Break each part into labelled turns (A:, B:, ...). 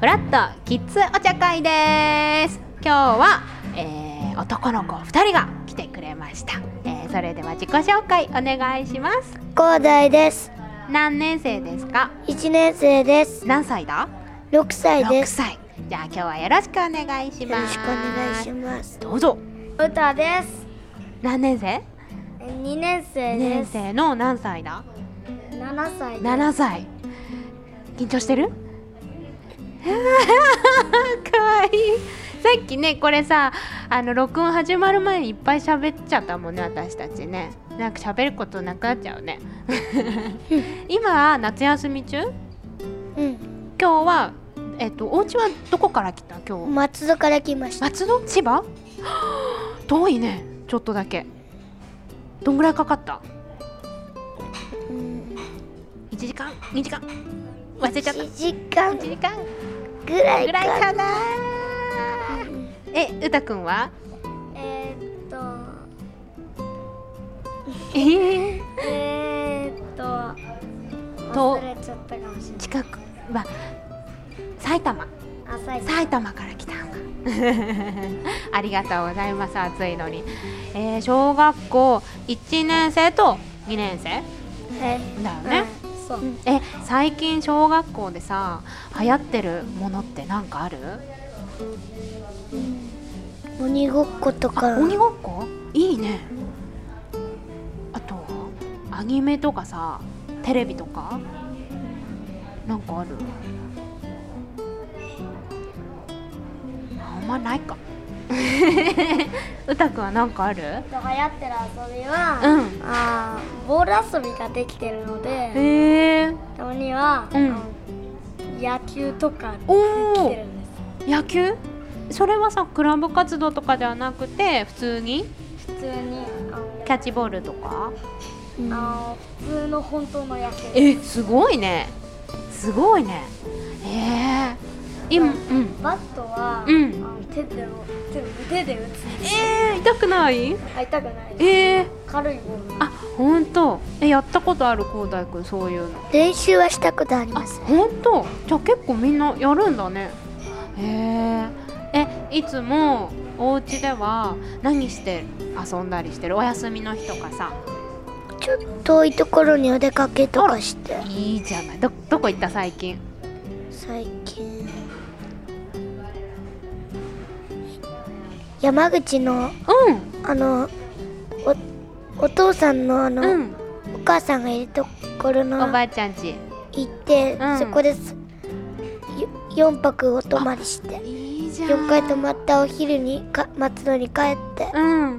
A: ラッとキッズお茶会です今日は、えー、男の子2人が来てくれました、えー、それでは自己紹介お願いします
B: 高大です。
A: 何年生ですか
B: 一年生です。
A: 何歳だ
B: 六歳
A: 6
B: です。
A: 歳じゃあ今日はよろしくお願いし
B: よ
A: ま
B: ろ
A: す
B: しくお願いします。
A: どうぞ
B: 歌です。
A: 何年生
B: 二年生
A: 二年。生の何歳だ
B: 七歳
A: 7歳緊張してる かわいいさっきねこれさあの録音始まる前にいっぱい喋っちゃったもんね私たちねなんか喋ることなくなっちゃうね 今夏休み中
B: うん。
A: 今日はえっとお家はどこから来た今日
B: 松戸から来ました。
A: 松戸千葉は あ遠いねちょっとだけどんぐらいかかった
B: うん。
A: 1時間2時間忘れちゃった
B: 一時間
A: 1時間
B: ぐらい
A: ぐらい
B: か。
A: かなえ、うたくんは
B: えっと。
A: えー、
B: えっと。
A: と
B: れちゃったかもしれい。
A: 近くは埼玉
B: 朝
A: 埼玉から来たんだ ありがとうございます暑いのに、えー小学校1年生と2年生
B: え。
A: だよね、。
B: そう。
A: え最近小学校でさ流行ってるものってなんかある
B: 鬼ごっことか。
A: 鬼ごっこいいねあとはアニメとかさテレビとかなんかあるあんまないか うたくんはなんかある
C: 流行ってる遊び
A: う
C: は、
A: ん
C: あーボール遊びができてるので
A: へえ
C: たまには、
A: うん
C: あの野球とか
A: お
C: 来て
A: お
C: るんで
A: 野球それはさクラブ活動とかではなくて普通に
C: す普通にあの
A: キャッチボールとか
C: あの普通の本当の野球
A: えすごいねすごいねええ今うん
C: バットは、
A: うん
C: あの手でも手で手で打
A: えー、痛くない
C: つあ痛くないです
A: えー、
C: 軽いボール
A: あ本当えやったことあるこうだいくんそういうの
B: 練習はしたことあり
A: あ
B: ます。
A: 本当じゃあ結構みんなやるんだねへえー、えいつもお家では何して遊んだりしてるお休みの日とかさ
B: ちょっと遠いところにお出かけとかして。
A: いいじゃないどどこ行った最近
B: 最近山口の
A: う
B: あのおお父さんのあの、
A: んうん
B: お母さんがいるところ
A: お
B: の
A: ば
B: 行
A: あちゃんち
B: って、
A: うん
B: そこですよ4泊お泊まりして
A: いいじゃん
B: 4回泊まったお昼にか松戸に帰って
A: うん
B: っ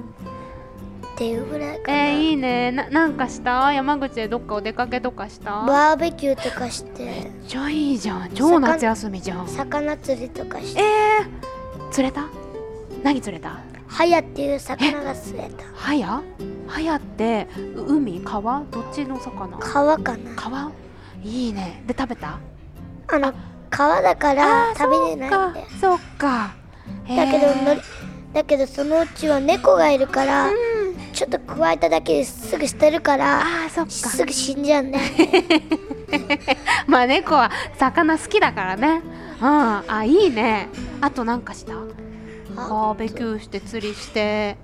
B: ていうぐらい
A: え
B: かな、
A: ー、いいねななんかした山口でどっかお出かけとかしためっ
B: バーベキューとかして
A: ちゃいいじゃん超夏休みじゃん
B: 魚釣りとかして
A: えー、釣れた何釣れた
B: ハヤっていう魚が釣れた
A: ハヤハヤってう海川どっちの魚
B: 川かな
A: 川いいねで食べた
B: あの川だから
A: ー
B: 食べれないんだよ
A: そっかそっか
B: だけ
A: へ
B: ど
A: ー
B: のりだけどそのうちは猫がいるから、
A: うん
B: ちょっと加えただけですぐ捨てるから
A: あーそっか
B: すぐ死んじゃうん だよ
A: まあ猫は魚好きだからねうんあいいねあとなんかした
B: あ
A: バーベキューして釣りして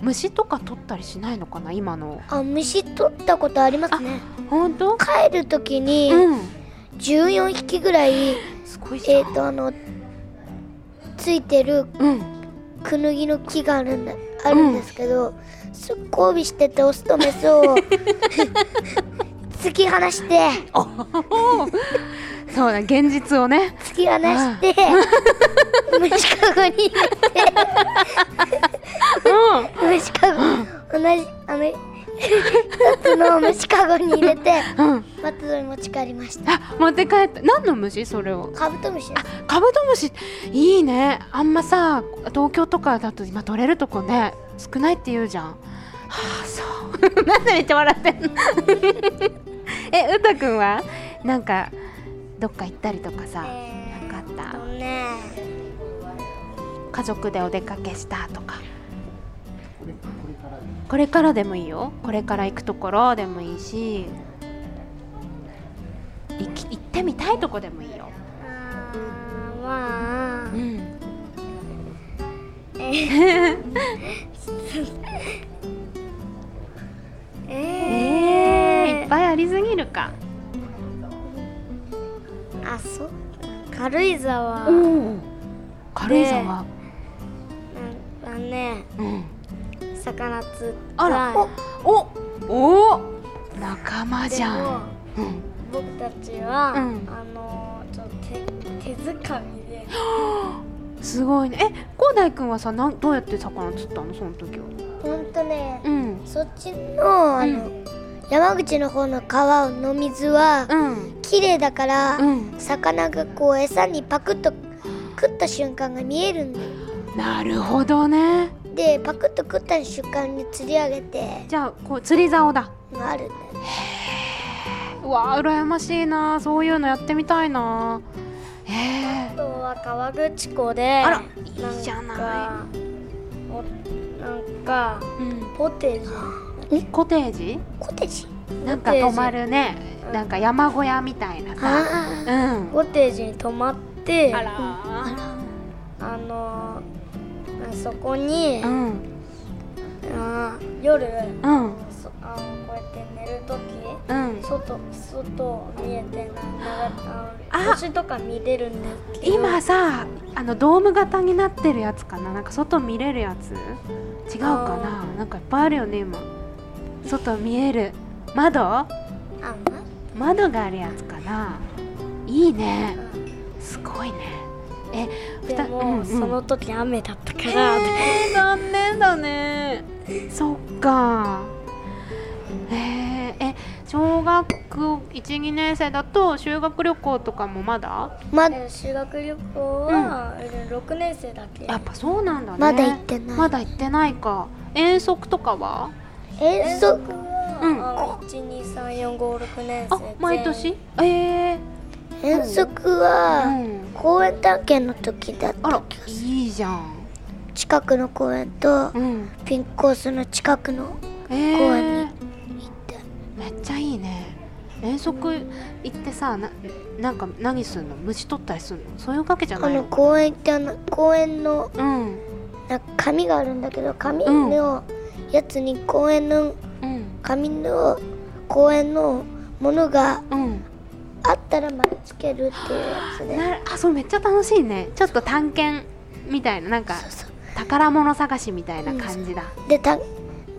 A: 虫とか取ったりしないのかな今の
B: あ虫取ったことありますね
A: 本当
B: 帰る時に
A: うん
B: 14匹ぐらい、
A: すごいじゃん
B: えっ、とあのついてる
A: うん
B: クヌギの木があるんだあるんですけど、そ交尾しててオスとメスを突き放して
A: そうだ現実をね
B: 突き放して虫かごに入れて
A: うん
B: 虫かご同じあの一つの虫かごに入れて
A: うん、
B: 松戸に持ち帰りました
A: あ持って帰った何の虫それを
B: カブトムシです
A: カブトムシいいねあんまさ東京とかだと今取れるとこね少ないって言うじゃんはあそう なんでめっちゃ笑ってんの えうたくんはなんかどっか行ったりとかさ、
C: え
A: なかった
C: ーとね
A: 家族でお出かけしたとかこれからでもいいよこれから行くところでもいいし行き行ってみたいとこでもいいよ
C: あー
B: まあ
A: う、んえー、い
B: え
A: っぱいありすぎるか
B: ー、あそう軽井沢
A: お
B: なん
A: お軽井沢、
B: かね
A: うん
B: 魚釣った
A: あらおおお仲間じゃんうん
C: 僕たちは、
A: うん
C: あのちょっと手手づかみです
A: ごいねえ光大くんはさなんどうやって魚釣ったのその時は
B: ほんとね
A: うん
B: そっちのあの、
A: う
B: 山口の方の川の水は
A: うん
B: 綺麗だから、
A: うん
B: 魚がこう餌にパクッと食った瞬間が見えるんだよ
A: なるほどね
B: でパクッと食った瞬間に釣り上げて
A: じゃあこう釣り竿だ
B: あるんだよ
A: うわー羨ましいなそういうのやってみたいなえ
C: あとは川口湖で
A: あ
C: あ
A: らいいじゃな
C: なんか
A: ー、うん
C: ポテージ
A: コテージ
B: コテージ
A: なんか
C: コテー
A: 泊
C: ジ
A: まるねなんか山小屋みたいなさ
B: あ
A: うん
C: コテージに泊まって
A: あ
C: あ
A: ら
C: のそこに、
A: ーうん
C: あー夜
A: うん
C: そあのこうやって寝るとき
A: うん
C: 外外見えてなながあ
A: あ
C: の星とか見れるんですけど
A: 今さあのドーム型になってるやつかななんか外見れるやつ違うかななんかいっぱいあるよね今外見える窓
C: あ
A: 窓があるやつかないいね
C: ま
A: すごいねえ
C: で
A: 二
C: も、
A: うんうん
C: その時雨だったか
A: え
C: ら、
A: ー、残念だねそっかえー、え小学12年生だと修学旅行とかもまだ
B: ま
C: えー修学旅行は、えー6年生だけ
A: やっぱそうなんだね
B: まだ行ってない
A: まだ行ってないか遠足とかは
B: 遠足
C: 僕は、
A: うん
C: あの12345年生
A: あ
C: で
A: 毎年ええ
B: 遠足
A: ー、う
B: は
A: ん
B: 公園探検の時だった
A: あらいいじゃん
B: 近くの公園と
A: うん
B: ピンクコースの近くの
A: ええ
B: 公
A: ー、
B: 園
A: めっちゃいいね遠足行ってさななんか何すんの虫取ったりすんのそういうわけじゃ
B: あ
A: ない
B: の
A: の
B: 公園ってあの公園の
A: うん
B: なんか紙があるんだけど紙
A: うん
B: のやつに公園の
A: うん
B: 紙の公園のものが
A: うん
B: あったら丸つけるっていうやつで
A: なあそれめっちゃ楽しいねちょっと探検みたいななんか
B: そうそう
A: 宝物探しみたいな感じだ、
B: でたで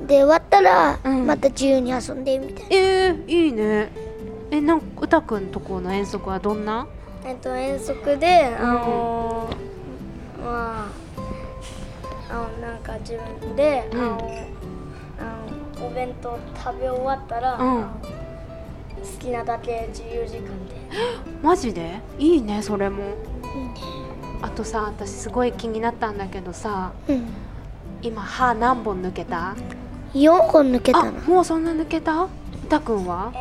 B: 終わったら
A: うん
B: また自由に遊んでみたいな、
A: えー、いいねえなんかうたくんとこの遠足はどんな
C: えっと遠足であのーまああのなんか自分で、
A: うん
C: あのあのお弁当食べ終わったら、
A: う
C: あ
A: ん
C: の好きなだけ自由時間で
A: マジでいいねそれもあとさ私すごい気になったんだけどさ
B: うん、
A: 今歯何本抜けた
B: 4本抜けた
A: あ
B: の
A: もうそんな抜けたうたくんは、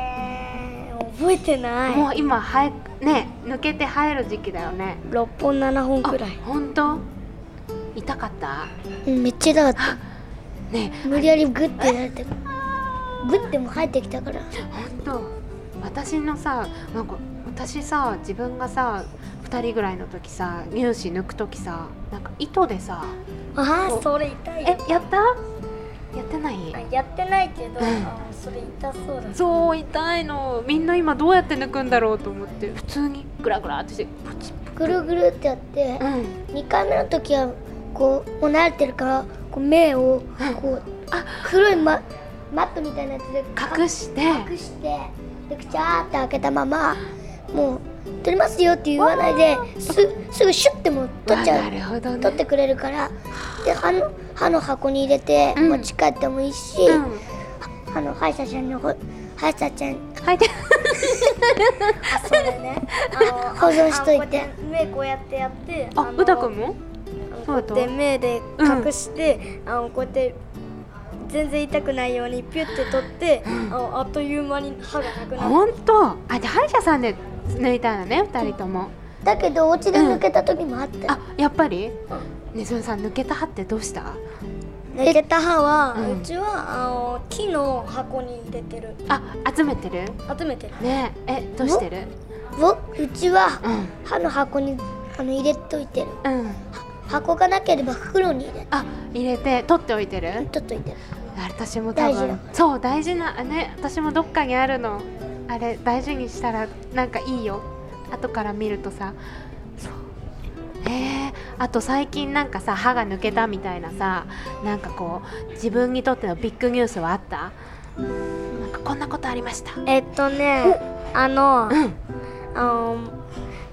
C: えー、覚えてない
A: もう今生えね抜けて生える時期だよね
C: 6本7本くらい
A: 本当痛かった
B: うんめっちゃ痛かった
A: ね
B: 無理やりグッてやられてグッても生えてきたから
A: 本当私のさなんか私さ自分がさ2人ぐらいの時さ乳歯抜く時さなんか糸でさ
C: あ
A: ー
C: あそれ痛い
A: え
C: よ
A: やったやってない
C: あやってないけど、
A: うん
C: あのそれ痛そうだ
A: そう痛いのみんな今どうやって抜くんだろうと思って普通にグラグラってしてプチ
B: ぐるぐるってやって
A: うん
B: 2回目の時はこうもう慣れてるからこう目をこう
A: あ
B: 黒い、ま、マットみたいなやつで
A: 隠して
B: 隠してでくちゃーって開けたままもう取りますよって言わないですすぐシュッてもう取っち
A: わ
B: ゃ
A: な
B: う
A: るほどね
B: 取ってくれるからで歯の歯の箱に入れて
A: うん
B: 持ち帰ってもいいし、
A: うん
B: 歯の歯医者さんのほ歯医者ちゃん
A: はいで
C: あそうだ ねあの
B: 保存しといて
C: あこうやって目こうやってやって
A: あ
C: の
A: うたくんも
C: こうやって目で隠して、あのこうやって全然痛くないようにピュッて取って、あのあっという間に歯がなくなっ
A: 本当あじゃあ歯医者さんで抜いたのね2人とも
B: だけどお家で抜けた時もあったよ、
A: あやっぱりねずみさん抜けた歯ってどうした
C: た抜けた歯は、
A: う
C: うんちはあの木の箱に入れてる
A: あ集めてる
C: 集めてる
A: ねええどうしてる
B: 僕うちは
A: うん
B: 歯の箱にあの入れといてる
A: うん
B: 箱がなければ袋に入れ
A: あ入れて取っておいてる
B: とっといてる
A: あ私も多
B: 大事だ
A: 分そう大事なあね私もどっかにあるのあれ大事にしたらなんかいいよ後から見るとさそうへえあと最近なんかさ歯が抜けたみたいなさなんかこう自分にとってのビッグニュースはあったなんかこんなことありました
C: えっとねあの
A: うん
C: あの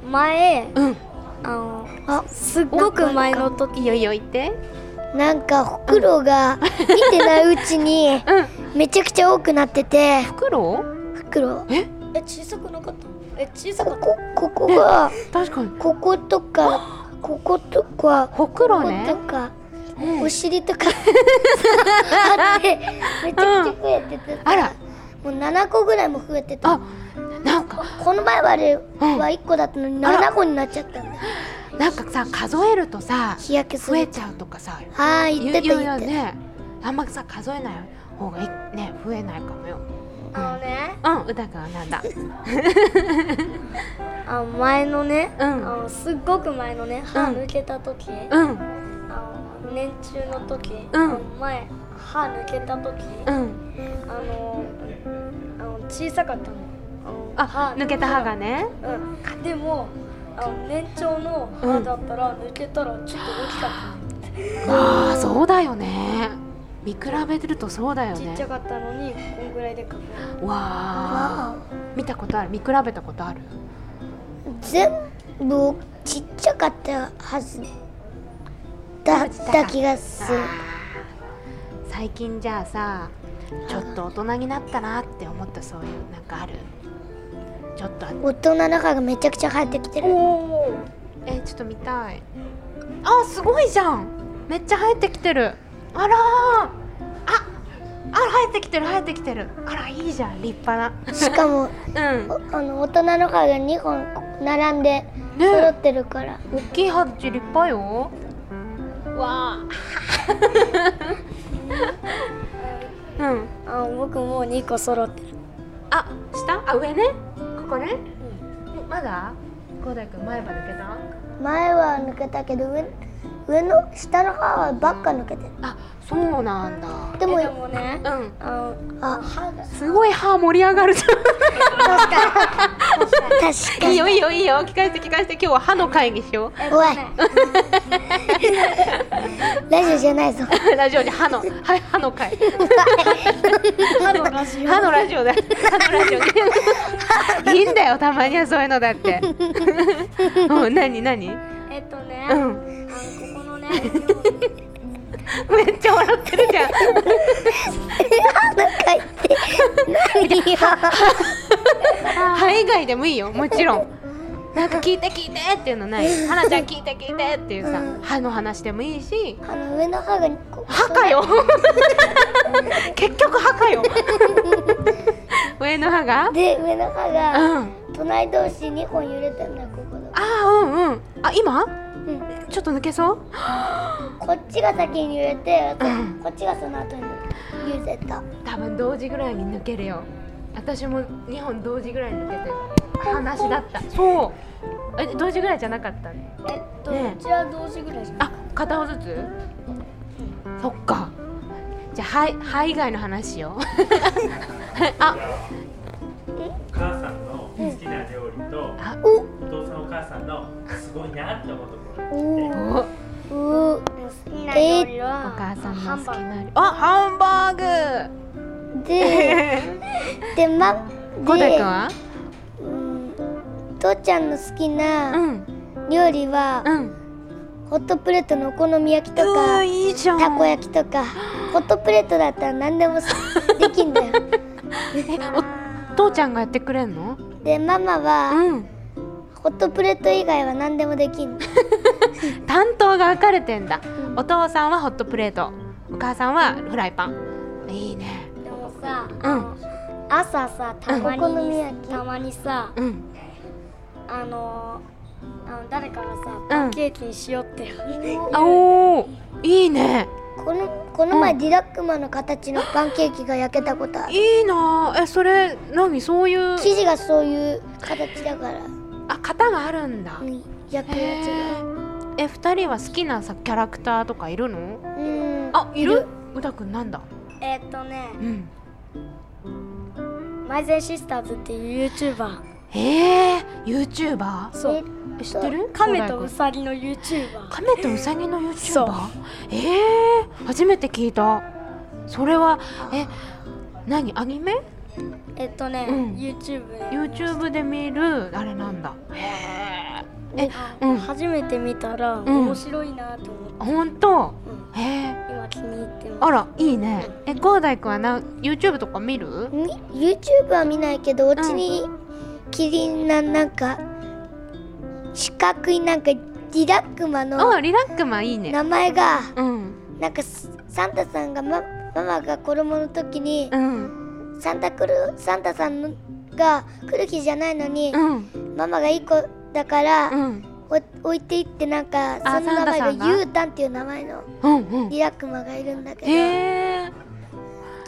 C: 前
A: うん
C: あの
B: あ
C: すっごく前の時
A: いいよいいよ言って
B: なんか袋が見てないうちに
A: うん
B: めちゃくちゃ多くなってて
A: 袋
B: 袋
C: え小さくなかったえ小さ
B: こ
C: かった
B: こここが
A: 確かに
B: こことかこことか
A: ほく
B: こ
A: ろ
B: こ
A: ね
B: とか
A: うん
B: お尻 とかあってめちゃくちゃ増えてて
A: あら
B: もう7個ぐらいも増えてた
A: あなんか
B: この前までは
A: うん
B: 1個だったのに
A: あら
B: 7個になっちゃったんだ
A: なんかさ数えるとさ
B: 日焼けす
A: 増
B: る
A: えちゃうとかさ
B: ああ言ってた
A: う
B: 言
A: よ
B: ってた
A: ねあんまさ数えない方がいいね増えないかもよ
C: あのね
A: うんうたくんはなんだ
C: あの前のね、
A: うん
C: あのすっごく前のね歯抜けた時、
A: うん
C: あの年中の時、
A: うん
C: あの前歯抜けた時、
A: うん
C: あのあの小さかったのあの
A: あ抜けた歯がね
C: うん、でもあの年長の歯だったら抜けたらちょっと大きかったの、
A: ああそうだよね見比べてるとそうだよ
C: ちっちゃ
A: ね
C: かったのにこんぐらいでかくなる
A: わあ
B: わ
A: 見たことある見比べたことある
B: お全部ちっちゃかったはずだった気がする
A: 最近じゃあさちょっと大人になったなって思ったそういうなんかあるちょっとあ
B: 大人の歯がめちゃくちゃ生えてきてる
A: おおえーちょっと見たいあすごいじゃんめっちゃ生えてきてるあらーああ生えてきてる生えてきてるあらいいじゃん立派
B: しかも
A: なうん
B: おあの大人の歯が2本並んで
A: ね
B: 揃ってるから、
A: 大きいハッチ立派よわあ うん
C: あの僕もう2個揃ってる
A: あ下あ上ねここね、うん、まだこうだいくん前歯抜けた
B: 前は抜けたけど上上の下の歯はばっか抜けてる
A: あそうなんだ
B: でも
C: えでもね
A: うん
C: あ
B: あ歯が
A: すごい歯盛り上がるじゃん
B: 確 か
A: いい
B: に
A: よいいよいいよ聞かせて聞かせて今日は歯の会議しよ
C: のえっ
B: お
C: と
B: い
C: ね
B: ラジオじゃないぞ
A: う ラジオで歯のはい歯の会
C: 歯のラジオ
A: 歯のラジオだ歯のラジ オいいんだよたまにはそういうのだってうん何何う
C: えっとね、あのこ
A: ん
C: このね
A: めっちゃ笑ってるじゃん
B: 歯の回って何よ
A: 歯以外でもいいよもちろんなんか聞いて聞いてっていうのない花ちゃん聞いて聞いてっていうさ歯の話でもいいし
B: あの上の歯がこう
A: 歯 かよ結局歯 かよ上の歯が
B: で上の歯
A: う
B: が
A: ん
B: 隣同士2本揺れてんだよここの
A: あーうんうんあ今
B: うん
A: ちょっと抜けそう
B: こっちが先に揺れて
A: うん
B: こっちがその後に揺れた
A: 多分同時ぐらいに抜けるよ私も2本同時ぐらいに抜けてる話だったそうえ同時ぐらいじゃなかったね
C: えっと、
A: ね
C: うちは同時ぐらいじゃん
A: あ片方ずつそっかじゃあ歯歯以外の話しよう あ
D: お母さんの好きな料理と、
A: あ
B: お
D: お父さんお母さんのすごいなって思うとこ
B: お
D: ろ
A: お
B: お
C: 好きな料理
A: お
C: は、
A: 母さん
C: ハ
A: の
C: ン
A: 好
C: バー
A: き
C: グ
A: なりあハンバー
B: で
A: グ
B: でま
A: ゴダイくん
B: で
A: は
B: うん父ちゃんの好き
A: う
B: なん料理は、
A: うん
B: ホットプレートのお好み焼きと
A: う
B: か
A: わいいじゃん
B: たこ焼きとかホットプレートだったら何でもすでき んだよ
A: えお父ちゃんがやってくれんの
B: でママは
A: うん
B: ホットプレート以外は何でもできんの
A: 担当が分かれてんだお父さんはホットプレートお母さんはフライパンいいね
C: でもさ、
A: うん
C: あの朝さたまに
B: お好み焼き
C: たまにさ
A: うん
C: あのあの誰かがさ
A: ん
C: パンケーキにしよう って、
A: あおーいいね
B: このこの前、ディラックマの形のパンケーキが焼けたことある
A: いいなあえそれ何そういう
B: 生地がそういう形だから、
A: あ型があるんだ
B: うん焼く
A: へ
B: やつが
A: ええ二人は好きなさキャラクターとかいるの
B: うん
A: あいる
B: いる
A: うたくんなんだ
C: えーっとね
A: うん
C: マイゼンシスターズっていう YouTuber
A: へえ YouTuber
C: そう
B: え
A: え知ってる
C: 亀と
A: う
C: ウ
A: さ
C: サギの YouTuber
A: 亀とウサギの
C: そう
A: YouTuber ええ初めて聞いたそれはえ何アニメ
C: えーっとね、
A: うん
C: YouTube で
A: YouTube で見るあれなんだへええうん
C: 初めて見たら
A: ん
C: 面白いなと思って、
A: 本当
C: うん
A: へえ
C: 今気に入ってます
A: あらいいねえゴーダイくんはな YouTube とか見る
B: み YouTube は見ないけどお家にキリンななんか四角いなんかリラックマ
A: あ
B: の
A: リラックマいいね
B: 名前が
A: うん
B: なんかスサンタさんがマママが子供の時に
A: うん
B: サンタクルサンタさんのが来る日じゃないのに
A: うん
B: ママがいい子だから
A: うん
B: お置いていってなんか
A: あ
B: その
A: サン
B: 名前
A: タさんが
B: がユータンっていう名前の
A: うんうん
B: リラックマがいるんだけど
A: へえ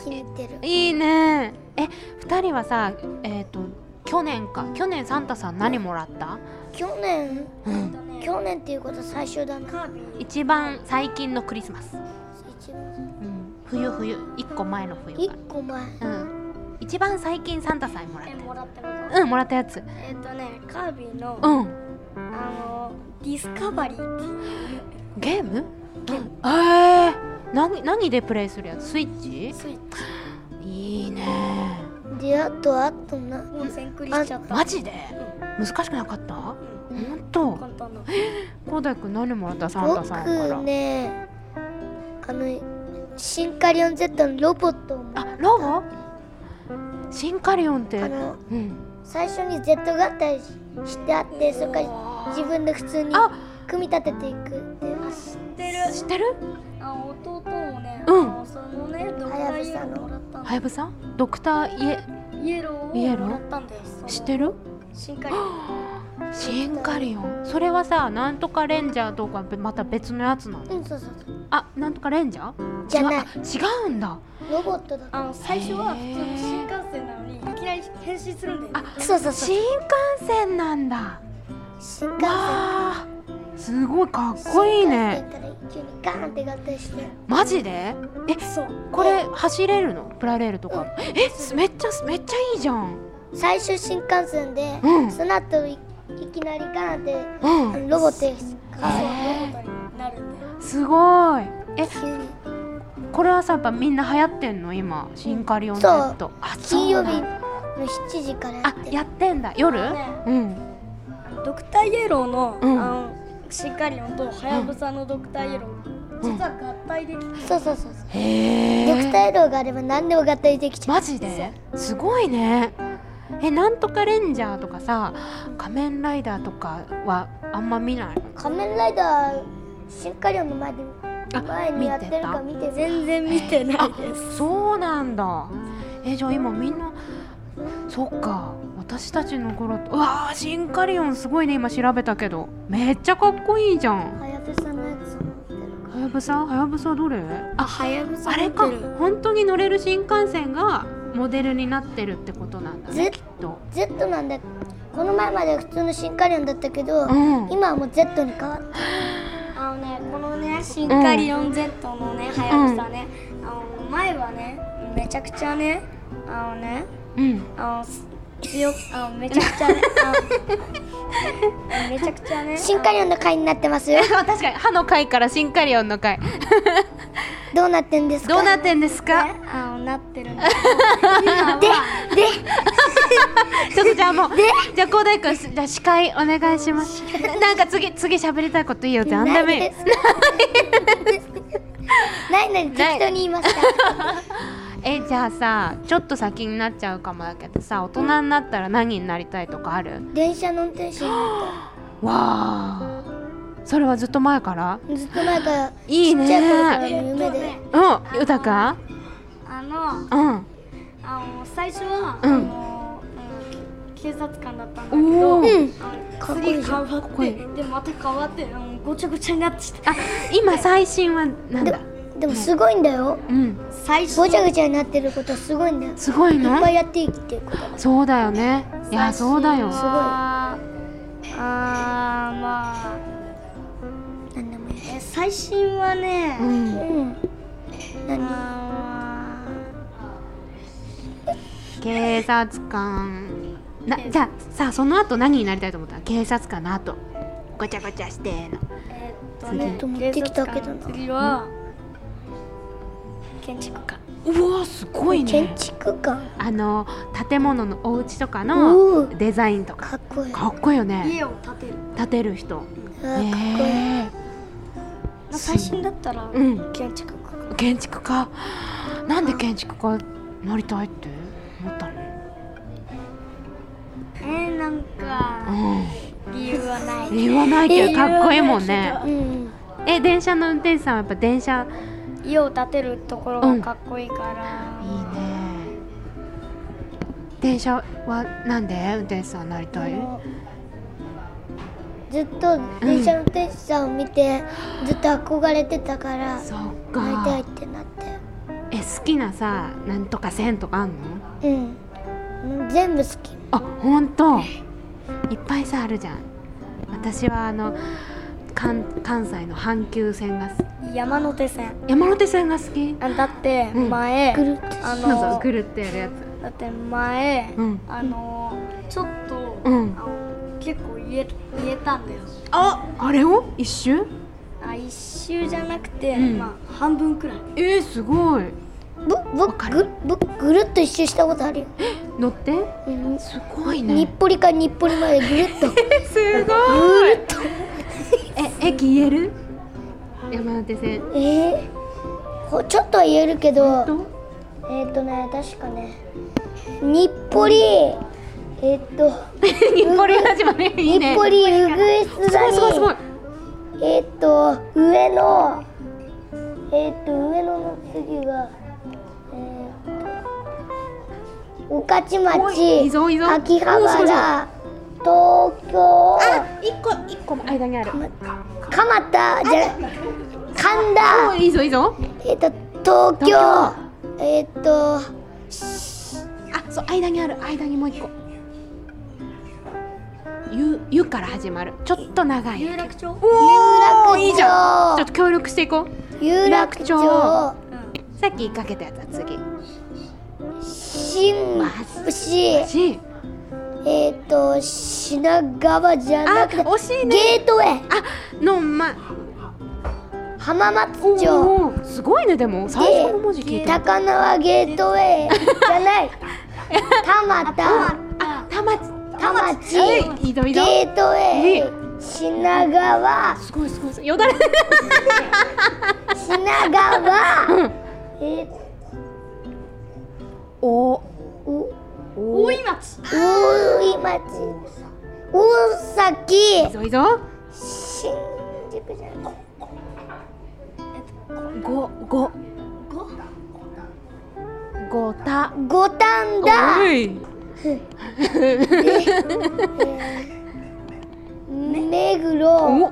B: 気に入ってる
A: いいねえ二人はさえっ、と去年か去年サンタさん何もらった、
B: 去年
A: うん、
B: 去年っていうこと最初だな
A: 一番最近のクリスマス、
B: 一
A: う
B: 番
A: ん、冬冬一個前の冬
B: 一
A: か
B: 個前
A: ら、うん、一番最近サンタさんにもらっ
C: えもらったこ
A: たうんもらったやつ
C: とえーっとねカービィの、
A: うん
C: あのディスカバリーっていう
A: ゲームえー、何何でプレイするやつスイッチ
C: スイッチ
A: いいね
B: であとあとな
C: もう全クリしちゃった
A: マジで難しくなかった
C: うん
A: 本当
C: 簡単な
A: 高大君何もらったサンタさんから
B: 僕ねあのシンカリオン Z のロボットをも
A: あロボシンカリオンって
B: あの
A: うん
B: 最初に Z 合体してあってそっから自分で普通に
A: あ
B: 組み立てていくっていう
C: あ知ってる
A: 知ってる
C: あ弟もね、
A: うん
C: あのそのねドクターイエローもらったん
A: は
C: だ
A: やぶさドクターイエ
C: イエロ
A: イエ
C: ー
A: ロ
C: を
A: ー
C: もらったんだよその
A: 知ってる
C: しっかり
A: シンカリオンそれはさなんとかレンジャーとかまた別のやつなの
B: うんそうそうそう
A: あなんとかレンジャー
B: じゃない
A: 違うあ違うんだ
B: ロボットだ
C: あの最初は普通の新幹線なのにいきなり変身するんだよね
B: そうそうそう
A: 新幹線なんだ
B: 新幹線
A: わあすごいかっこいい
B: 新
A: ね
B: 幹線から急にガーンって合体して
A: マジでえ
C: そう
A: これ走れるのプラレールとかもえめっちゃめっちゃいいじゃん
B: 最初新幹線で、
A: うん
B: その後いいきなりガーンって
A: うん
B: あのロボットへ
C: そう
B: 変
C: ロボットになるんだよ
A: すごいえ
B: わる
A: これはさやっぱみんな流行ってんの今シンカリオン Z
B: そう
A: あ
B: 金
A: そう
B: 曜
A: なん
B: 日の7時からや
A: あ
B: ってる
A: やってんだ夜
C: あのね
A: うん
C: ドクターイエローの,、
A: うん
C: あのしっかり音とハヤブサのドクターイエロー実は合体できて
B: そうそうそうそう
A: へ
B: ドク
A: え
B: ターエローがあれば何でも合体できちゃう
A: マジですごいねえなんとかレンジャーとかさ仮面ライダーとかはあんま見ない
B: 仮面ライダー新カリオンの前で前にやってるか見てる
C: 全然見てないです
A: そうなんだえじゃあ今みんなそっか私たちの頃とうわーシンカリオンすごいね今調べたけどめっちゃかっこいいじゃん
B: はやぶさのやつ
A: はやぶさはやぶさどれあ
C: ハヤブサ
A: あれか本当に乗れる新幹線がモデルになってるってことなんだね
B: Z
A: きっと
B: Z なんだこの前までは普通の新カリオンだったけど、
A: うん
B: 今はもう Z に変わった
C: あのね、このね、シンカリオン Z のね、はやぶさね、あの前はね、めちゃくちゃね、あのね、
A: うん
C: あのす強く、あのめちゃくちゃね、あのめちゃくちゃね、
B: 新カリオンの回になってますよ
A: 確かに歯の回からシンカリオンの回
B: どうなってんですか
A: どうなってんですか
C: あのあのなってるんだけ
B: でで
A: ちょっとじゃあもうじゃあ広大君すじゃあ司会お願いしますなんか次次喋りたいこといいよってあん
B: な
A: だ
B: い
A: め
B: ですないのに適当に言いました
A: えじゃあさちょっと先になっちゃうかもだけどさ大人になったら何になりたいとかある
B: 電車の運転手になっ
A: わあそれはずっと前から
B: たずっと前から
A: いい
B: ちっちゃい頃から
A: ね
B: の夢で、
A: うんうたくん
C: あの、
A: うん
C: あの最初は、
A: うん
C: あの、うん警察官だったんだけ
A: お
C: ど、
A: ー
B: うん
C: あの
B: かっこいい
C: 次
B: じ
C: 変
B: ゃ
C: わって
A: こいい
C: でまた変わって、あのごちゃごちゃになってきた。
A: あ今最新はなんだ
B: でもすごいんだよ
A: うん
C: 最初
B: ごちゃごちゃになってることはすごいんだよいっ
A: すごいの
B: ぱいやっていきてること
A: そうだよねいやそうだよ
C: あーああまあ
B: なんでもいい。
C: え最新はね、
A: うん
B: うん。何？
C: あ
A: 警察官なじゃあさあその後何になりたいと思ったの警察官の後ごちゃごちゃして
C: ー
A: の
C: えーっと
A: 次
C: ね
A: ちょっ
B: と持ってきたけど
C: 警察官
B: な
C: の次は建築家
A: うわすごい
B: 建
A: ね
B: 築家。
A: あの建物のお家とか
B: お
A: の
B: ー
A: デザインとか
B: かっこいい。
A: かっこいいよね
C: 家を建てる
A: 建てる人
B: うわかっこいい。
A: え
C: まあ最新だったら
A: うん
C: 建築家かな
A: え建築家なんで建築家なりたいって思ったの
C: えー、なんか
A: う
C: 理由はない
A: ん言わないけどかっこいいもんね
B: うん。
A: え電車の運転手さんはやっぱ電車
C: 家を建てるところがかっこいいから、
A: いいね電車はなんで運転手さんなりたい
B: ずっと電車の運転手さんを見て、ずっと憧れてたから
A: そっ
B: なりたいっ
A: か
B: てなっ
A: え好きなさなんとか線とかあんの
B: てうん全部好き
A: あほんといっぱいさあるじゃん私はあの関関西の阪急線がす
C: 山手線
A: 山手線が好き
C: あだって
A: うん
C: 前、
B: ぐるっとし
C: あの
A: なんかぐるってやるや
C: だって前、
A: つうん
C: あのちょっと、
A: うん
C: あの結構言え言えたんだよ
A: ああれを一周
C: あ一周じゃなくて、
A: ん
C: まあ半分くらい
A: えー、すごい
B: ぶぶ
A: か
B: ぐ
A: る
B: ぶぐるっと一周したことあるよ、
A: 乗って
B: うん、
A: すごい
B: 日
A: ね
B: 暮里から日暮里までぐるっと
A: えすごいえ駅言える山手線
B: ええほちょっとは言えるけど
A: と
B: えっ、とね確かね日暮里えっ、と
A: 日暮里始まりいい
B: 日
A: ね
B: 暮里うぐいす
A: す
B: 座
A: ご
B: に
A: いすごいすごい
B: えーっと上のえーっと上野の次がえーっと御徒町
A: おいいいぞいいぞ
B: 秋葉
A: おーすごいす
B: 原東京
A: 一個一個も間にある
B: 蒲田じゃ神
A: お
B: 田
A: いいぞいいぞ
B: えーっと東京
A: 東
B: えーっと
A: あそう間にある間にもう一個ゆゆから始まるちょっと長い
C: 有楽町
A: お
B: 有楽
A: お
B: 町
A: いいじゃんちょっと協力していこう
B: 有楽町
A: 楽さっきかけたやつは次
B: 新橋
A: し
B: えーっと品川じゃ
A: あ
B: なくて
A: 惜しいね
B: ゲートウェイ
A: あのま
B: 浜松町
A: おーすごいねでも最初の文字聞いた
B: 高輪ゲートウェイじゃない蒲田
A: あたま
B: 田町
A: はいいいぞいい
B: ゲ
A: ぞ
B: ートウ
A: いい
B: ェイ品川
A: すごいすごいすごいよだれ
B: 品川えー
A: お
B: お
A: おい
C: 大井町
B: 大井町大崎
A: いぞいいぞ
B: 新宿じゃない
A: ごごごた
B: 五反田
A: おい
B: 目
A: お
B: 黒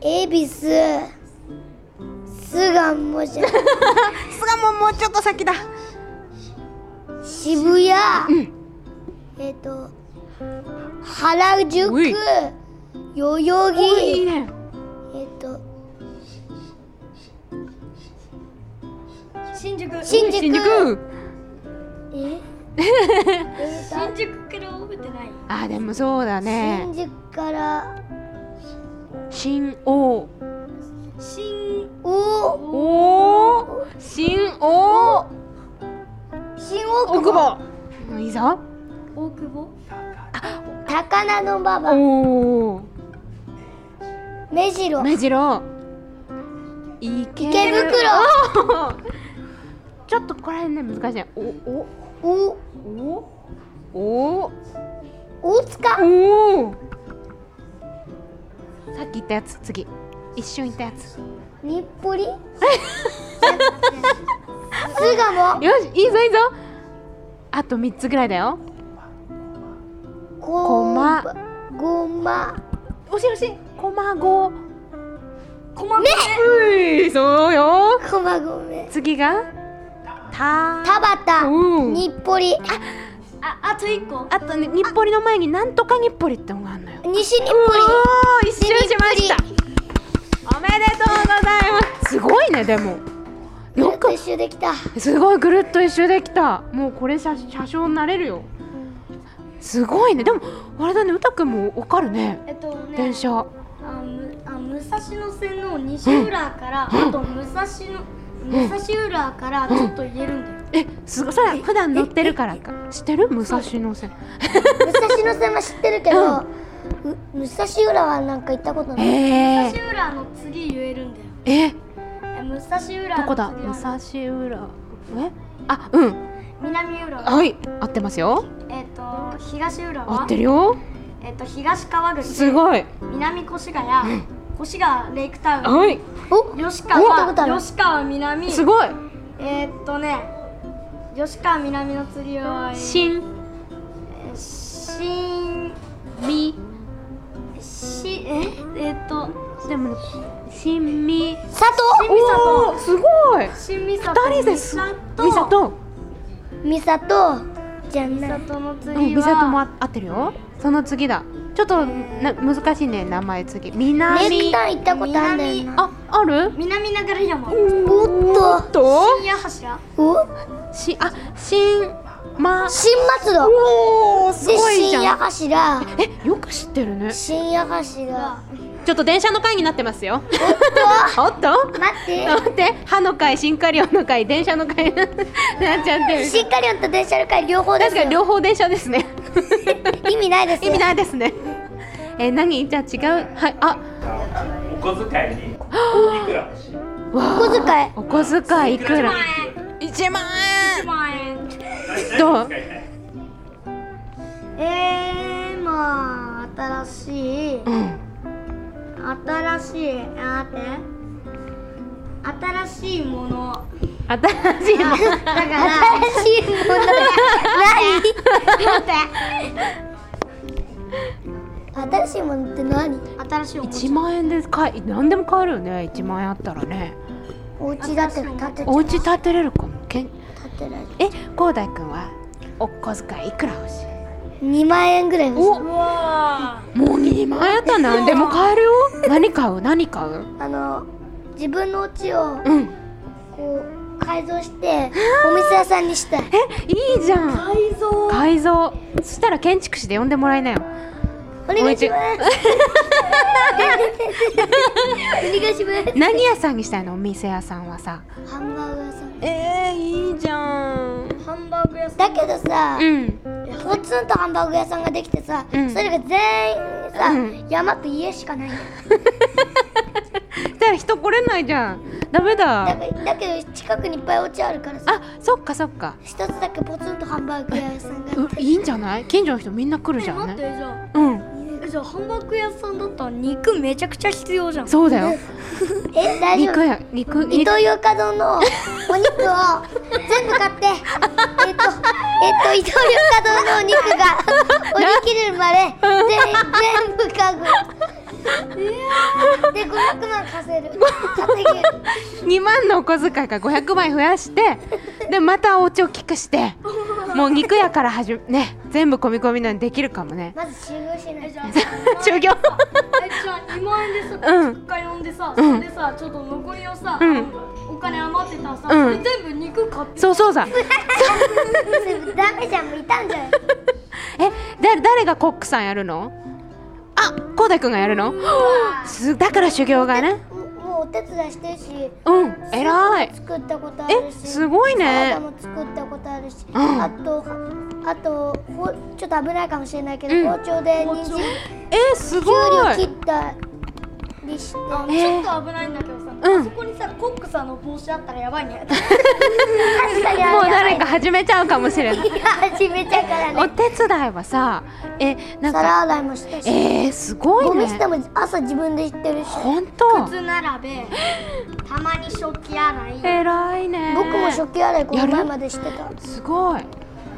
B: 恵比寿巣鴨じゃない
A: すがもうもうちょっと先だ
B: 渋谷、えっ、と原宿
A: うい
B: 代々木
A: おいいね
B: えっ、と
C: 新宿
B: 新宿
A: 新宿
B: え
C: 新宿から覚えてない
A: あでもそうだ ね
B: 新宿から
A: 新お
C: 新
B: お
A: おー新お
B: 新大
A: 大
B: 久
A: 久
B: 保
A: 保うんいいぞ
C: 大久保
B: 高菜の馬場
A: おお
B: 目白
A: 目白池
B: 池袋
A: おーちょっとここら辺ね難しいねおお
B: お
A: おお
B: 大塚
A: おおさっき言ったやつ次一瞬言ったやつ
B: 日 暮里巣鴨
A: よしいいぞいいぞあと3つぐらいだよ
B: こごま
A: 惜しい惜しい駒子駒子ねういそうよ
B: こまごめ
A: 次がた
B: 田
A: う
B: 畑
A: ん
B: 日暮里
C: ああと一個
A: あとね日暮里の前になんとか日暮里ってのがあるのよ
B: 西日暮
A: お
B: 里
A: ー一周しましたおめでとうございますすごいねでもよく
B: よく一周できた
A: すごいぐるっと一周できたもうこれ車車掌になれるよすごいねでもあれだねうたくんもわかるね
C: えっとね
A: 電車
C: あむあ武蔵野線の西浦から、あと武蔵野武蔵浦からちょっと言えるんだよ、
A: えすごいそれは普段乗ってるからか知ってる武蔵野線
B: 武蔵野線は知ってるけど、う武蔵浦はなんか行ったことない、
C: 武
A: え
C: 蔵浦の次言えるんだよ
A: ー、え
C: え武蔵浦
A: どこだ
C: の
A: 武
C: 次は
A: 蔵浦えあうん
C: 南浦和
A: はい合ってますよ
C: えっ、と東浦
A: 合
C: は
A: ってるよ
C: えっ、と東川口
A: すごい
C: 南越谷越谷レイクタウン
A: はい
B: お
C: 吉
B: お行ったことある
C: 川吉川南
A: すごい
C: えーっとね吉川南の釣りは
A: 新
C: 新
A: み
C: しええーっと
A: でもね新み
B: 佐
C: 新みさと
A: おーすごい
C: 新みさと
A: 二人です
C: みさと
A: みさと
B: 藤美里じゃ
C: み
B: な
C: さ
B: い
C: との釣
A: うん
C: りは
A: みさともあ合ってるよその次だちょっとな難しいね名前次南
B: 年間行ったことあるんだよな
A: あある
C: 南流山
B: おっ
A: お
B: と
A: っと
C: 新屋柱
B: お
A: しあ新ま
B: 新松戸
A: おーす
B: で
A: ごいじ
B: 新
A: ゃ
B: 屋
A: ん
B: 頭
A: えよく知ってるね
B: 新屋頭
A: ちょっと電車の会になってますよおっと
B: 待って
A: 待って歯の会新科料の会電車の会なっちゃってる
B: 新華料と電車の会両方で
A: 確
B: す
A: かに
B: よ
A: 両方電車ですね
B: 意味ないです
A: 意
B: よ
A: 味ないですねえー何じゃあ違うはいあ
D: お小遣いにいくら欲しい
B: お小遣い
A: お小遣いいくら
D: いくら
A: 1万
C: 1万円
A: どう
D: 何に使いたい
C: えー、まあ新しい
A: うん
C: 新しいあ待って新しいもの
A: 新しいも
C: あ
A: の
C: だから
B: 新しいもの何新しいものって何
C: 新しいおもち
A: 1万円で買い何でも買えるよね1万円あったらね
B: お家だって建てちゃう
A: お家建てれるかもけん
B: 建てられる
A: えこうだいくんはお小遣いいくら欲しい
B: 2万円ぐらい欲しい
A: お
C: ゃうわ
A: もう2万円あったら何でも買えるよ何買う何買う
B: あの自分のお家を
A: うん
B: こう改造してお店屋さんにしたい
A: えいいじゃん
C: 改造
A: 改造そしたら建築士で呼んでもらいなよ
B: お願いしますお願い しま
A: 何屋さんにしたいのお店屋さんはさ
B: すハンバーグ屋さん
A: えー、いいじゃん
C: ハンバーグ屋さん
B: だけどさ、
A: うん
B: ポツンとハンバーグ屋さんができてさ、
A: うん
B: それが全員さ、
A: うん
B: 山と家しかないんだよ
A: じゃあ人来れないじゃんダメ
B: だ
A: だ
B: からだけど近くにいっぱいお家あるからさ
A: あそっかそっか
B: 一つだけポツンとハンバーグ屋さんがあっ
A: う
B: て
A: いいんじゃない近所の人みんな来るじ
C: え
A: ゃ
C: 待
A: ん
C: って
A: ね
C: じゃ
A: うん
C: あえじゃあハンバーグ屋さんだったら肉めちゃくちゃ必要じゃん
A: そうだよ
B: え大丈夫
A: 肉や肉
B: 伊
A: 肉
B: 東洋華堂のお肉を全部買ってえっとえっと伊東洋華堂のお肉が 売り切れるまで全全部買うで500万稼げる稼げる
A: 2万のお小遣いから500枚増やしてでまたお家を大きくしてもう肉屋から始めね全部込み込みなんできるかも ね
B: まず集合しな
C: え
B: い
C: じゃあ
A: 授業
C: えじゃあ2万円でさ
A: うん
C: 実家呼んでさ、
A: うん
C: それでさちょっと残りをさ、
A: うん
C: お金余ってたらさ、
A: うん
C: それ全部肉買って
A: そうそうさ
B: 全部ダメじゃんもういたんじゃん
A: えだ誰がコックさんやるのあこうだくんがやるのすだから修行がね
B: ももうお手伝いしてるし
A: うん偉い
B: 作ったことあ
A: え
B: るし
A: すごいね
B: サラダも作ったことあるし、
A: ん
B: あとあとほちょっと危ないかもしれないけど、
A: うん
B: 包丁で人参きゅ
A: えすご
B: うりを
A: い
B: 切ったりして
C: あ
B: 確
A: えー
C: ちょっと危ないんだけどさ、
A: うん
C: あそこにさコックさんの帽子あったらやばいね
B: かに
A: もう誰か始めちゃうかもしれない
B: 始めちゃうから
A: お
B: ね
A: 手伝いはさえなんか
B: 皿洗いもしたし、
A: えー、すごい
B: ゴミ捨て
A: ね
B: も朝自分で行ってるし
A: ほんと
C: 靴並べたまに食器洗い
A: 偉いね
B: 僕も食器洗いこの
A: や
B: 前
A: る
B: までしてた
A: すごい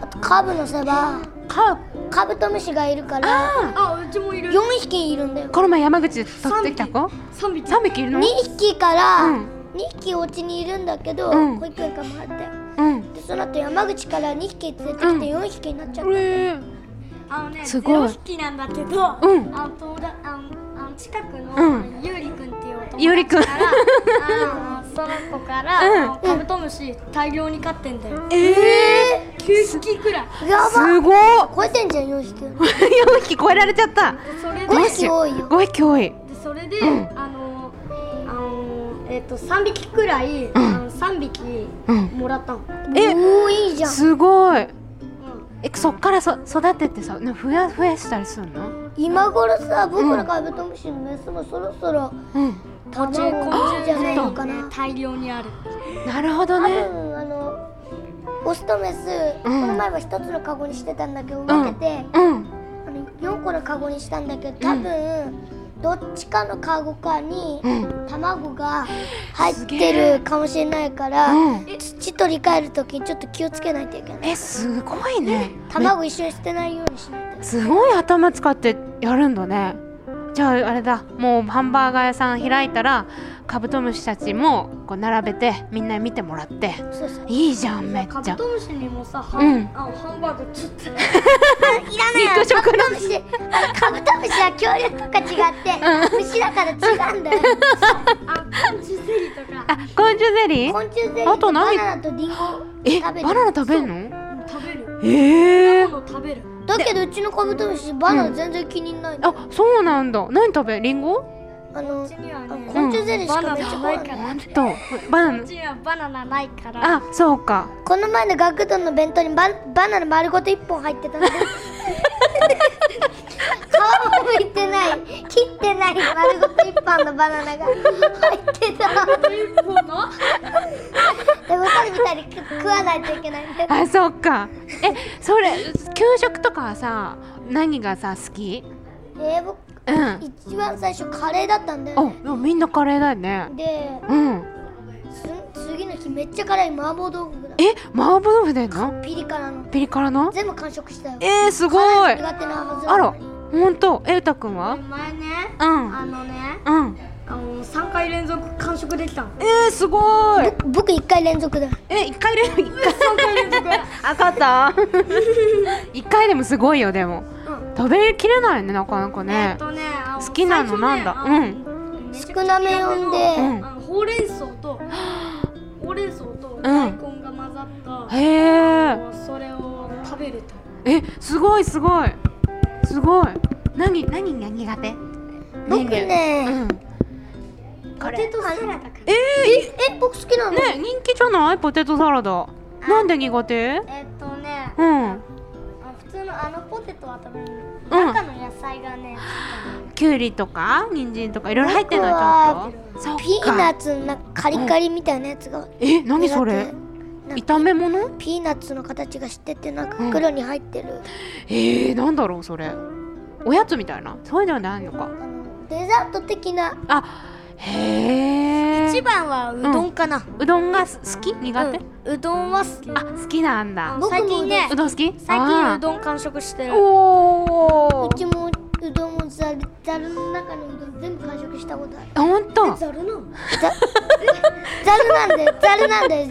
B: あとカブのせば
A: か
B: カブトムシがいるから
A: あ
C: あうちもいる
B: 4匹いるんだよ
A: ーこの前山口で取ってきた子
C: 3匹
A: 3匹いるの
B: 2匹から
A: うん
B: 2匹お家にいるんだけど、
A: うん
B: 保育園からもらったよ
A: うん
B: でその後山口から2匹出てきて4匹になっちゃった、
A: え
C: あのね、
A: すごい
C: ゼロ匹なんだけど、
A: うん
C: あの友達あのあの近くの、
A: うん
C: ゆうりくんっていう男
A: ゆうりくん
C: からあのその子から、あのカブトムシ大量に飼ってんだよ。
A: ー、え
C: 9匹くらい。
B: や
A: ー、
B: ば
A: すごっ
B: 超えてんじゃん4匹
A: 4匹超えられちゃった
C: それで
B: 5匹多いよ
A: 5匹多い
C: でそれで、
A: うん
C: あのあのえっ、と3匹くらい、あの3匹
A: うん
C: もらったの。うん
A: え
B: おーいいじゃん
A: すごいえそっからそ育ててさな増や増やしたりするの
B: 今頃さ僕らカブトムシのメスもそろそろ
A: うん
C: 途中昆
B: 卵を産ん
C: 虫
B: じ
C: じ
B: ゃ
C: ゃ
B: な
C: ないい
B: の
C: の
B: か
C: か
B: な
C: な大量にある。
A: なるほど
B: 多
A: ね
B: 分あのオスとメス、この前は一つのカゴにしてたんだけど分けて、
A: うん
B: あの4個のカゴにしたんだけど多分、どっちかのカゴかに
A: うん
B: 卵が入っ
A: すげ
B: て
A: え
B: るかもしれないから、
A: うん
B: 土取り替える時にちょっと気をつけないといけない
A: えすごいね
B: 卵一緒に捨てないようにしないと
A: すごい頭使ってやるんだねじゃああれだもうハンバーガー屋さん開いたらカブトムシたちもこう並べてみんなに見てもらって
B: そうそう
A: いいじゃんめっ
C: カ
A: ち
C: ブ
A: ゃ
C: トムシにもさ、は
A: うん
C: あのハンバーグちょっと。
B: いらない
A: 肉食
B: カブトムシあのカブトムシは恐竜とか違って虫だから違うんだよ
C: あ、パンチゼリーとか
A: あ昆虫ゼリー
B: 昆虫ゼリー
A: あと
B: とバ
A: 何
B: ナナとリンゴ食べ
A: え
B: て
A: バ
B: る
A: ナナ食べるの
C: 食べる。
A: ええ
C: 今度食べる。
B: だけどうちのカブトムシバナナ全然気にならない、
A: あそうなんだ何食べるリンゴ
B: あの
C: うちには
B: あ
C: ね、
B: 昆虫ゼリーし
C: バ
B: か
C: ナ
B: めっち
C: ナ
B: ゃ食
C: な
B: わ
C: い
B: ない
C: から。
A: なんとバナ
C: う
A: ナ
C: ちにはバナナないから。
A: あそうか
B: この前の学童の弁当にババナナ丸ごと1本入ってた んで皮も剥いてない切ってない丸ごと1本のバナナが入ってた
C: 一本の
B: でも彼みたいに食食わないといけないんで
A: あそっかえそれ給食とかはさ何がさ好き
B: えー、僕
A: うん
B: 一番最初カレーだったんだよ
A: お
B: ね
A: でもみんなカレーだよね
B: で
A: うん
B: す次の日めっちゃ辛い麻婆豆腐だ
A: え麻婆豆腐出んの
B: ピリ辛の
A: ピリ辛の
B: 全部完食したよ
A: えー、すごい
B: 苦手なはず
A: あ
B: な
A: ら
B: のに
A: ほんとえうたくんは
C: 前ね、
A: うん
C: あのね、
A: うん
C: あの三回連続完食できたの。
A: えー、すごい
B: 僕僕1回連続だ
A: え一回でも一回
C: 三回連続。
A: あかった 一回でもすごいよでも
C: う
A: 食べきれないねなかなか
C: え
A: ね
C: っとね、あの
A: 好きなのなんだうん。
C: 最初ね
B: 少なめ読んで
C: あ
A: うん
C: のほうれん草とほうれん草と大根が混ざった、
A: へえ
C: もうそれを食べると。
A: えすごいすごいすごい何何が苦手
B: 僕ね
A: うん
C: ポテトサラダか
A: えー、え
B: え僕好きなの、
A: ね人気じゃないポテトサラダなんで苦手
C: えっとね、
A: うんうん
C: あ普通のあのポテトは食べる
A: うん
C: 中の野菜がね、
A: きゅうりとか人参とかいろいろ入ってんのち
B: 僕
A: ゃ
B: は
A: んとそっか
B: ピーナッツのなんかカリカリみたいなやつが
A: え何そ
B: 苦
A: れ
B: 手なんか
A: 炒め物
B: ピーナッツの形がしててなんか袋に入ってる、
A: えー、なんだろうそれおやつみたいなそういうのはないのか
B: あのデザート的な
A: あへえ
C: 番はうん
A: ど
C: んかな。
A: うどんがす好き苦手、
C: うどんは好き。
A: あ好きなんだ
B: 僕も
C: 最近ね
A: う、どん好き
C: 最近う
A: ん
C: どん完食してる。
A: おお
B: うちもうどんもざるざるの中のうどん全部完食したことある
A: ほんと
C: ざるの。
B: ざ ざるなんだよざるなんだよ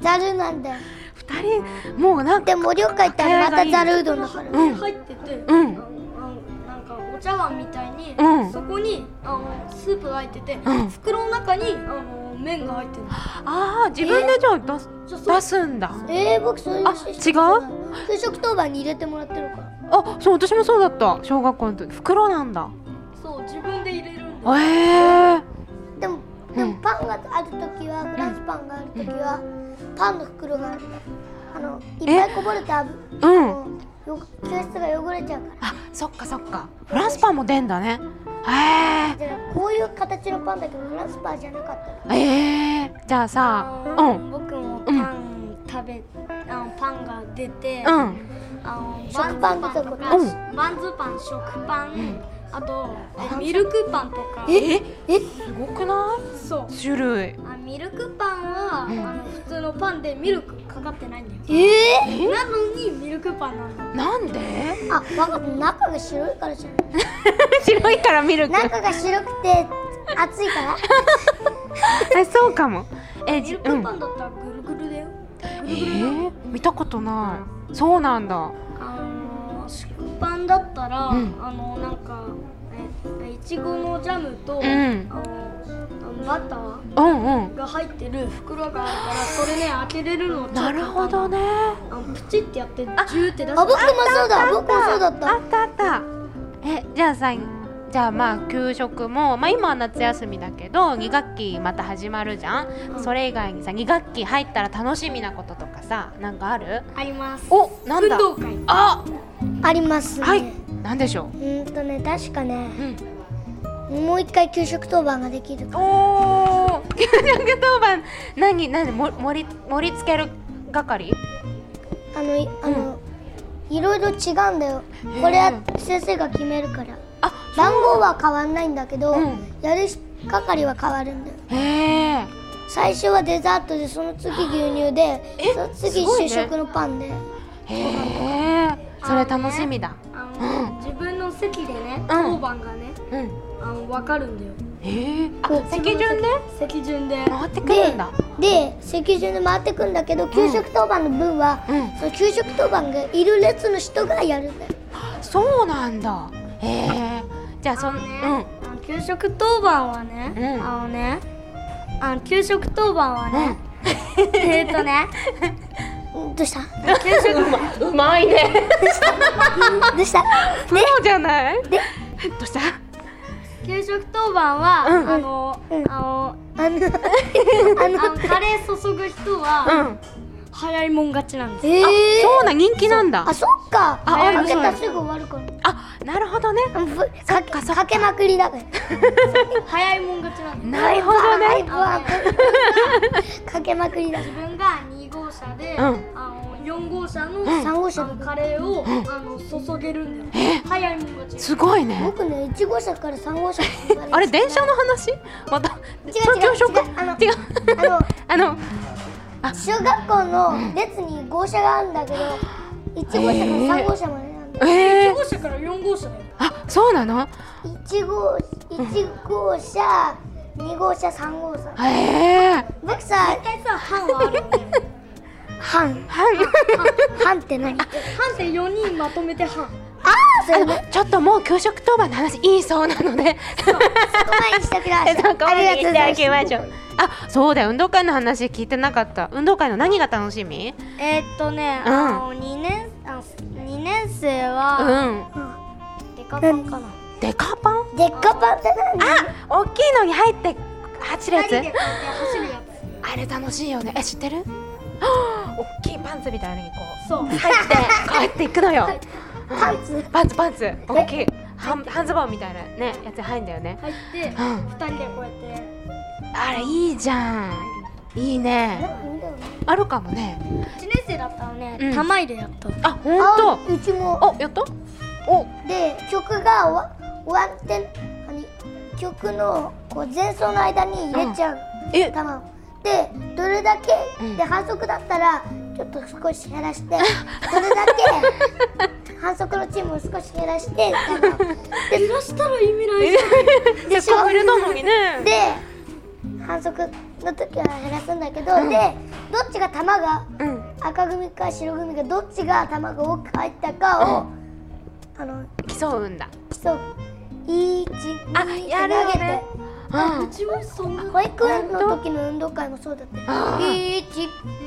B: ざるなんだよ
A: 二人もうなんか
B: でも盛岡行ったらまたざるうどんだから
A: うん
C: 入ってて、
A: う
C: あのあの
A: ん
C: なんかお茶碗みたいに、
A: うん
C: そこにあのスープが入ってて、
A: うん
C: 袋の中にあの麺が入ってるの。
A: ああ自分でじゃあ出す
C: じゃあそれ
A: 出すんだ
B: えー、僕そういう
A: あ
B: 話したこと
A: 違
B: ない給食当番に入れてもらってるから
A: あそう私もそうだった小学校の時袋なんだ
C: そう自分で入れるん
A: え
C: だ。
A: え
B: でも
A: ん
B: でもパンがあるときはフランスパンがあるときはパンの袋があるあのいっぱいこぼれた
A: ー、うん
B: もうよ教室が汚れちゃうか
A: あそっかそっかフランスパンも出んだねへ
B: らだからこういう形のパンだけどフランスパンじゃなかった
A: えええじゃあさ
C: あ
A: う
C: の
A: ん
C: 僕もパン食べ、あのパンが出て、
A: うん
C: あのバン
B: 食
C: ズ
B: パ
C: パ
B: ン
C: ン
B: と
C: と
B: か
C: か、
A: う
C: バンズパン食パン、あとえミルクパンとか
A: え
B: え
A: すごくない
C: そう
A: 種類
C: あミルクパンは、あの普通のパンでミルクかかってないんだよ
B: ええ
C: なのにミルクパンなんだ
A: なんで
B: あわかった中が白いからじゃな
A: 白いからミルク
B: い中が白くて熱いから
A: あそうかもえ
C: ミ
A: じ
C: ル
A: う
C: ク
A: ん
C: パンだったらぐるぐるだよ、
A: ええー、見たことないそうなんだ
C: あの食パンだったら、
A: うん
C: あのなんかえいちごのジャムと、
A: ん
C: あのバター
A: うんうん
C: が入ってる袋があるからそれね開けれるの
A: なるほどね
C: あのプチってやってジューって出す
B: あ僕もそうだ僕もそうだっ
A: あ
B: た
A: ったあったえじゃあさじゃあまあ給食も、まあ、今は夏休みだけど2学期また始まるじゃん、
C: うん
A: それ以外にさ2学期入ったら楽しみなこととかさなんかある
C: あります
A: おなんだ
C: 運動会
A: あ
B: ありますね、
A: はいなんでしょ
B: うーんとね確かね
A: う、うん、
B: もう一回給食当番ができるから
A: おー給食当番何何も盛り盛り付ける係
B: あのいあの、いろいろ違うんだよこれは先生が決めるから
A: あ
B: 番号は変わんないんだけど、
A: うん
B: やる係は変わるんだよ
A: へえ
B: 最初はデザートでその次牛乳で
A: え
B: その
A: す
B: 次
A: ごいね
B: 主食のパンで、
A: へえそれ楽しみだ
C: あの、自分の席でね
A: うん
C: 当番がね
A: うん
C: あの分かるんだよ
A: へえ
B: こ
A: あ
B: う
A: 席順で
C: 席順で
A: 回ってくるんだ
B: で席順で回ってくんだけど給食当番の分は、
A: うん
B: その給食当番がいる列の人がやるんだよ
A: そうなんだへえじゃあそ
C: あ
A: ん
C: の
A: う
C: ね、あの給食当番はね、
A: うん
C: あのねあの給食当番はね、 えっとね
B: んどうした
C: 給食
A: んうまいね
B: どうした
A: プロじゃないどうした
C: 給食当番は、
A: うん
C: あの、あの
B: あのあ
C: あ
B: の
C: のカレー注ぐ人
A: う
C: は、
A: ん
C: 早いもん勝ちなんです
B: えー、
A: そうなん人気なんだ
B: あそっか
A: あ
B: あ
A: あ
B: 開け
A: そう
B: た
A: な
B: ら
A: の
B: すぐ終わるから
A: あなるほどね
B: うんぶかけ
A: そっかそっか
B: かけまくりだから
C: 早いもん勝ちなんです
A: なるほど
B: バイ
A: ね
B: バイかけまくりだ
C: 自分が2号車で、
A: うん
C: あの4号車の、
B: 3号車
C: あのカレーを、あの注げるんだよ早いもん勝ち
A: すごいね
B: 僕ね1号車から3号車まで
A: あれ電車の話また
B: 違う
A: それ
B: 違う
A: 給食
B: 違うあの
A: 違う
B: あの
A: あの
B: 小学校の列に号車があるんだけど1号車から3号車までなんだよ
A: え
C: 1
A: ー、
C: 号車から4号車だよ
A: あそうなの
B: 1号1号車2号車3号車
A: へえ
B: 僕さ
C: 大体さ班はあるんだよ
B: 半半って何あ
C: 班って4人まとめて班
B: あそれ
A: あ
B: ごめん
A: のちょっともう給食当番の話いいそうなので
B: そこまでした くない
A: そこまで行ってあげ
B: ありがとうございま
A: ましょうあそうだよ運動会の話聞いてなかった運動会の何が楽しみ
C: えーっとね、
A: うん
C: あの2年あ二年生
A: う
C: は、
A: ん
C: デカパンかな
A: デカパン
B: すでっかパンって何
A: 大きいのに入って走るや
C: 二人で
A: つ
C: こうやって走るや
A: あれ楽しいよねえ知ってるはあ 大きいパンツみたいなのにこ
C: つそう
A: う入 って入っていくのよ
B: パンツ
A: パンツパンツ大きい半半ズボンみたいなねやつ入んだよね
C: 入って
A: うん
C: 二人でこうやって
A: あれいいじゃんいいねあるかもね
C: 一年生だったらね、
A: うん
C: 玉入れやった
A: あほ
B: あ
A: ん
B: うちも
A: とおやったお
B: で曲が終わ終わってあの曲のこう前奏の間に入れちゃう、
A: え
B: 球をでどれだけ、
A: うん
B: で反則だったらちょっと少し減らしてどれだけ 反則のチームを少し減らして球を
C: 減らしたら意味ないじゃん
A: でしょいるのにね
B: で反則の時は減らすんだけど、でどっちが球が
A: うん
B: 赤組か白組かどっちが球が多く入ったかを、あの
A: 競うんだ
B: 競う。一、
A: あ
B: 二、
A: やるよねう
C: うんちはそんな
B: 保育園の時の運動会もそうだった。
A: あ
B: 一、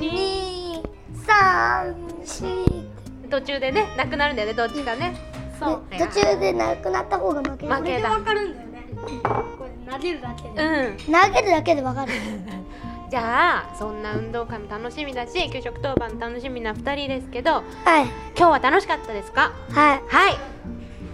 B: 二、三、四。
A: 途中でねなくなるんだよねどっちかねそう
B: で途中でなくなった方が負け。
A: 負
C: こ
A: け
C: れで
A: だ
C: わかるんだよねこれ投げるだけで、
A: うん
B: 投げるだけで わかる。
A: じゃあそんな運動会も楽しみだし給食当番も楽しみな2人ですけど
B: はい。
A: 今日は楽しかったですか
B: はい。
A: はい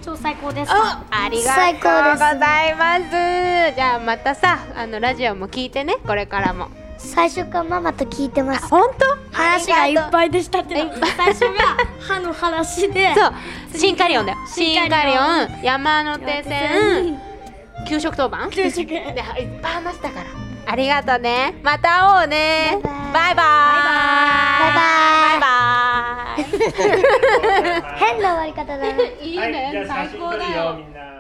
C: 超最高です
A: ありがとう
B: 最
A: ご
B: 高です
A: ざいますじゃあまたさあのラジオも聞いてねこれからも
B: 最初からママと聞いてます。
A: 本当
C: 話がいっ
A: い
C: ぱいでしたっての最初が歯の話で
A: そうシンカリオンだよシンカリオン山手線給食当番
C: 給食
A: でいっぱい話したからありがとうねまた会おうね
B: バ
A: バイバイバイバイバイバイ
B: 変な終わり方だね。
A: いい
D: はい、じゃあ
A: ね
D: 写
A: 最
D: 真
A: 高
D: 撮る
A: だ
D: よ
A: よ
D: みんな。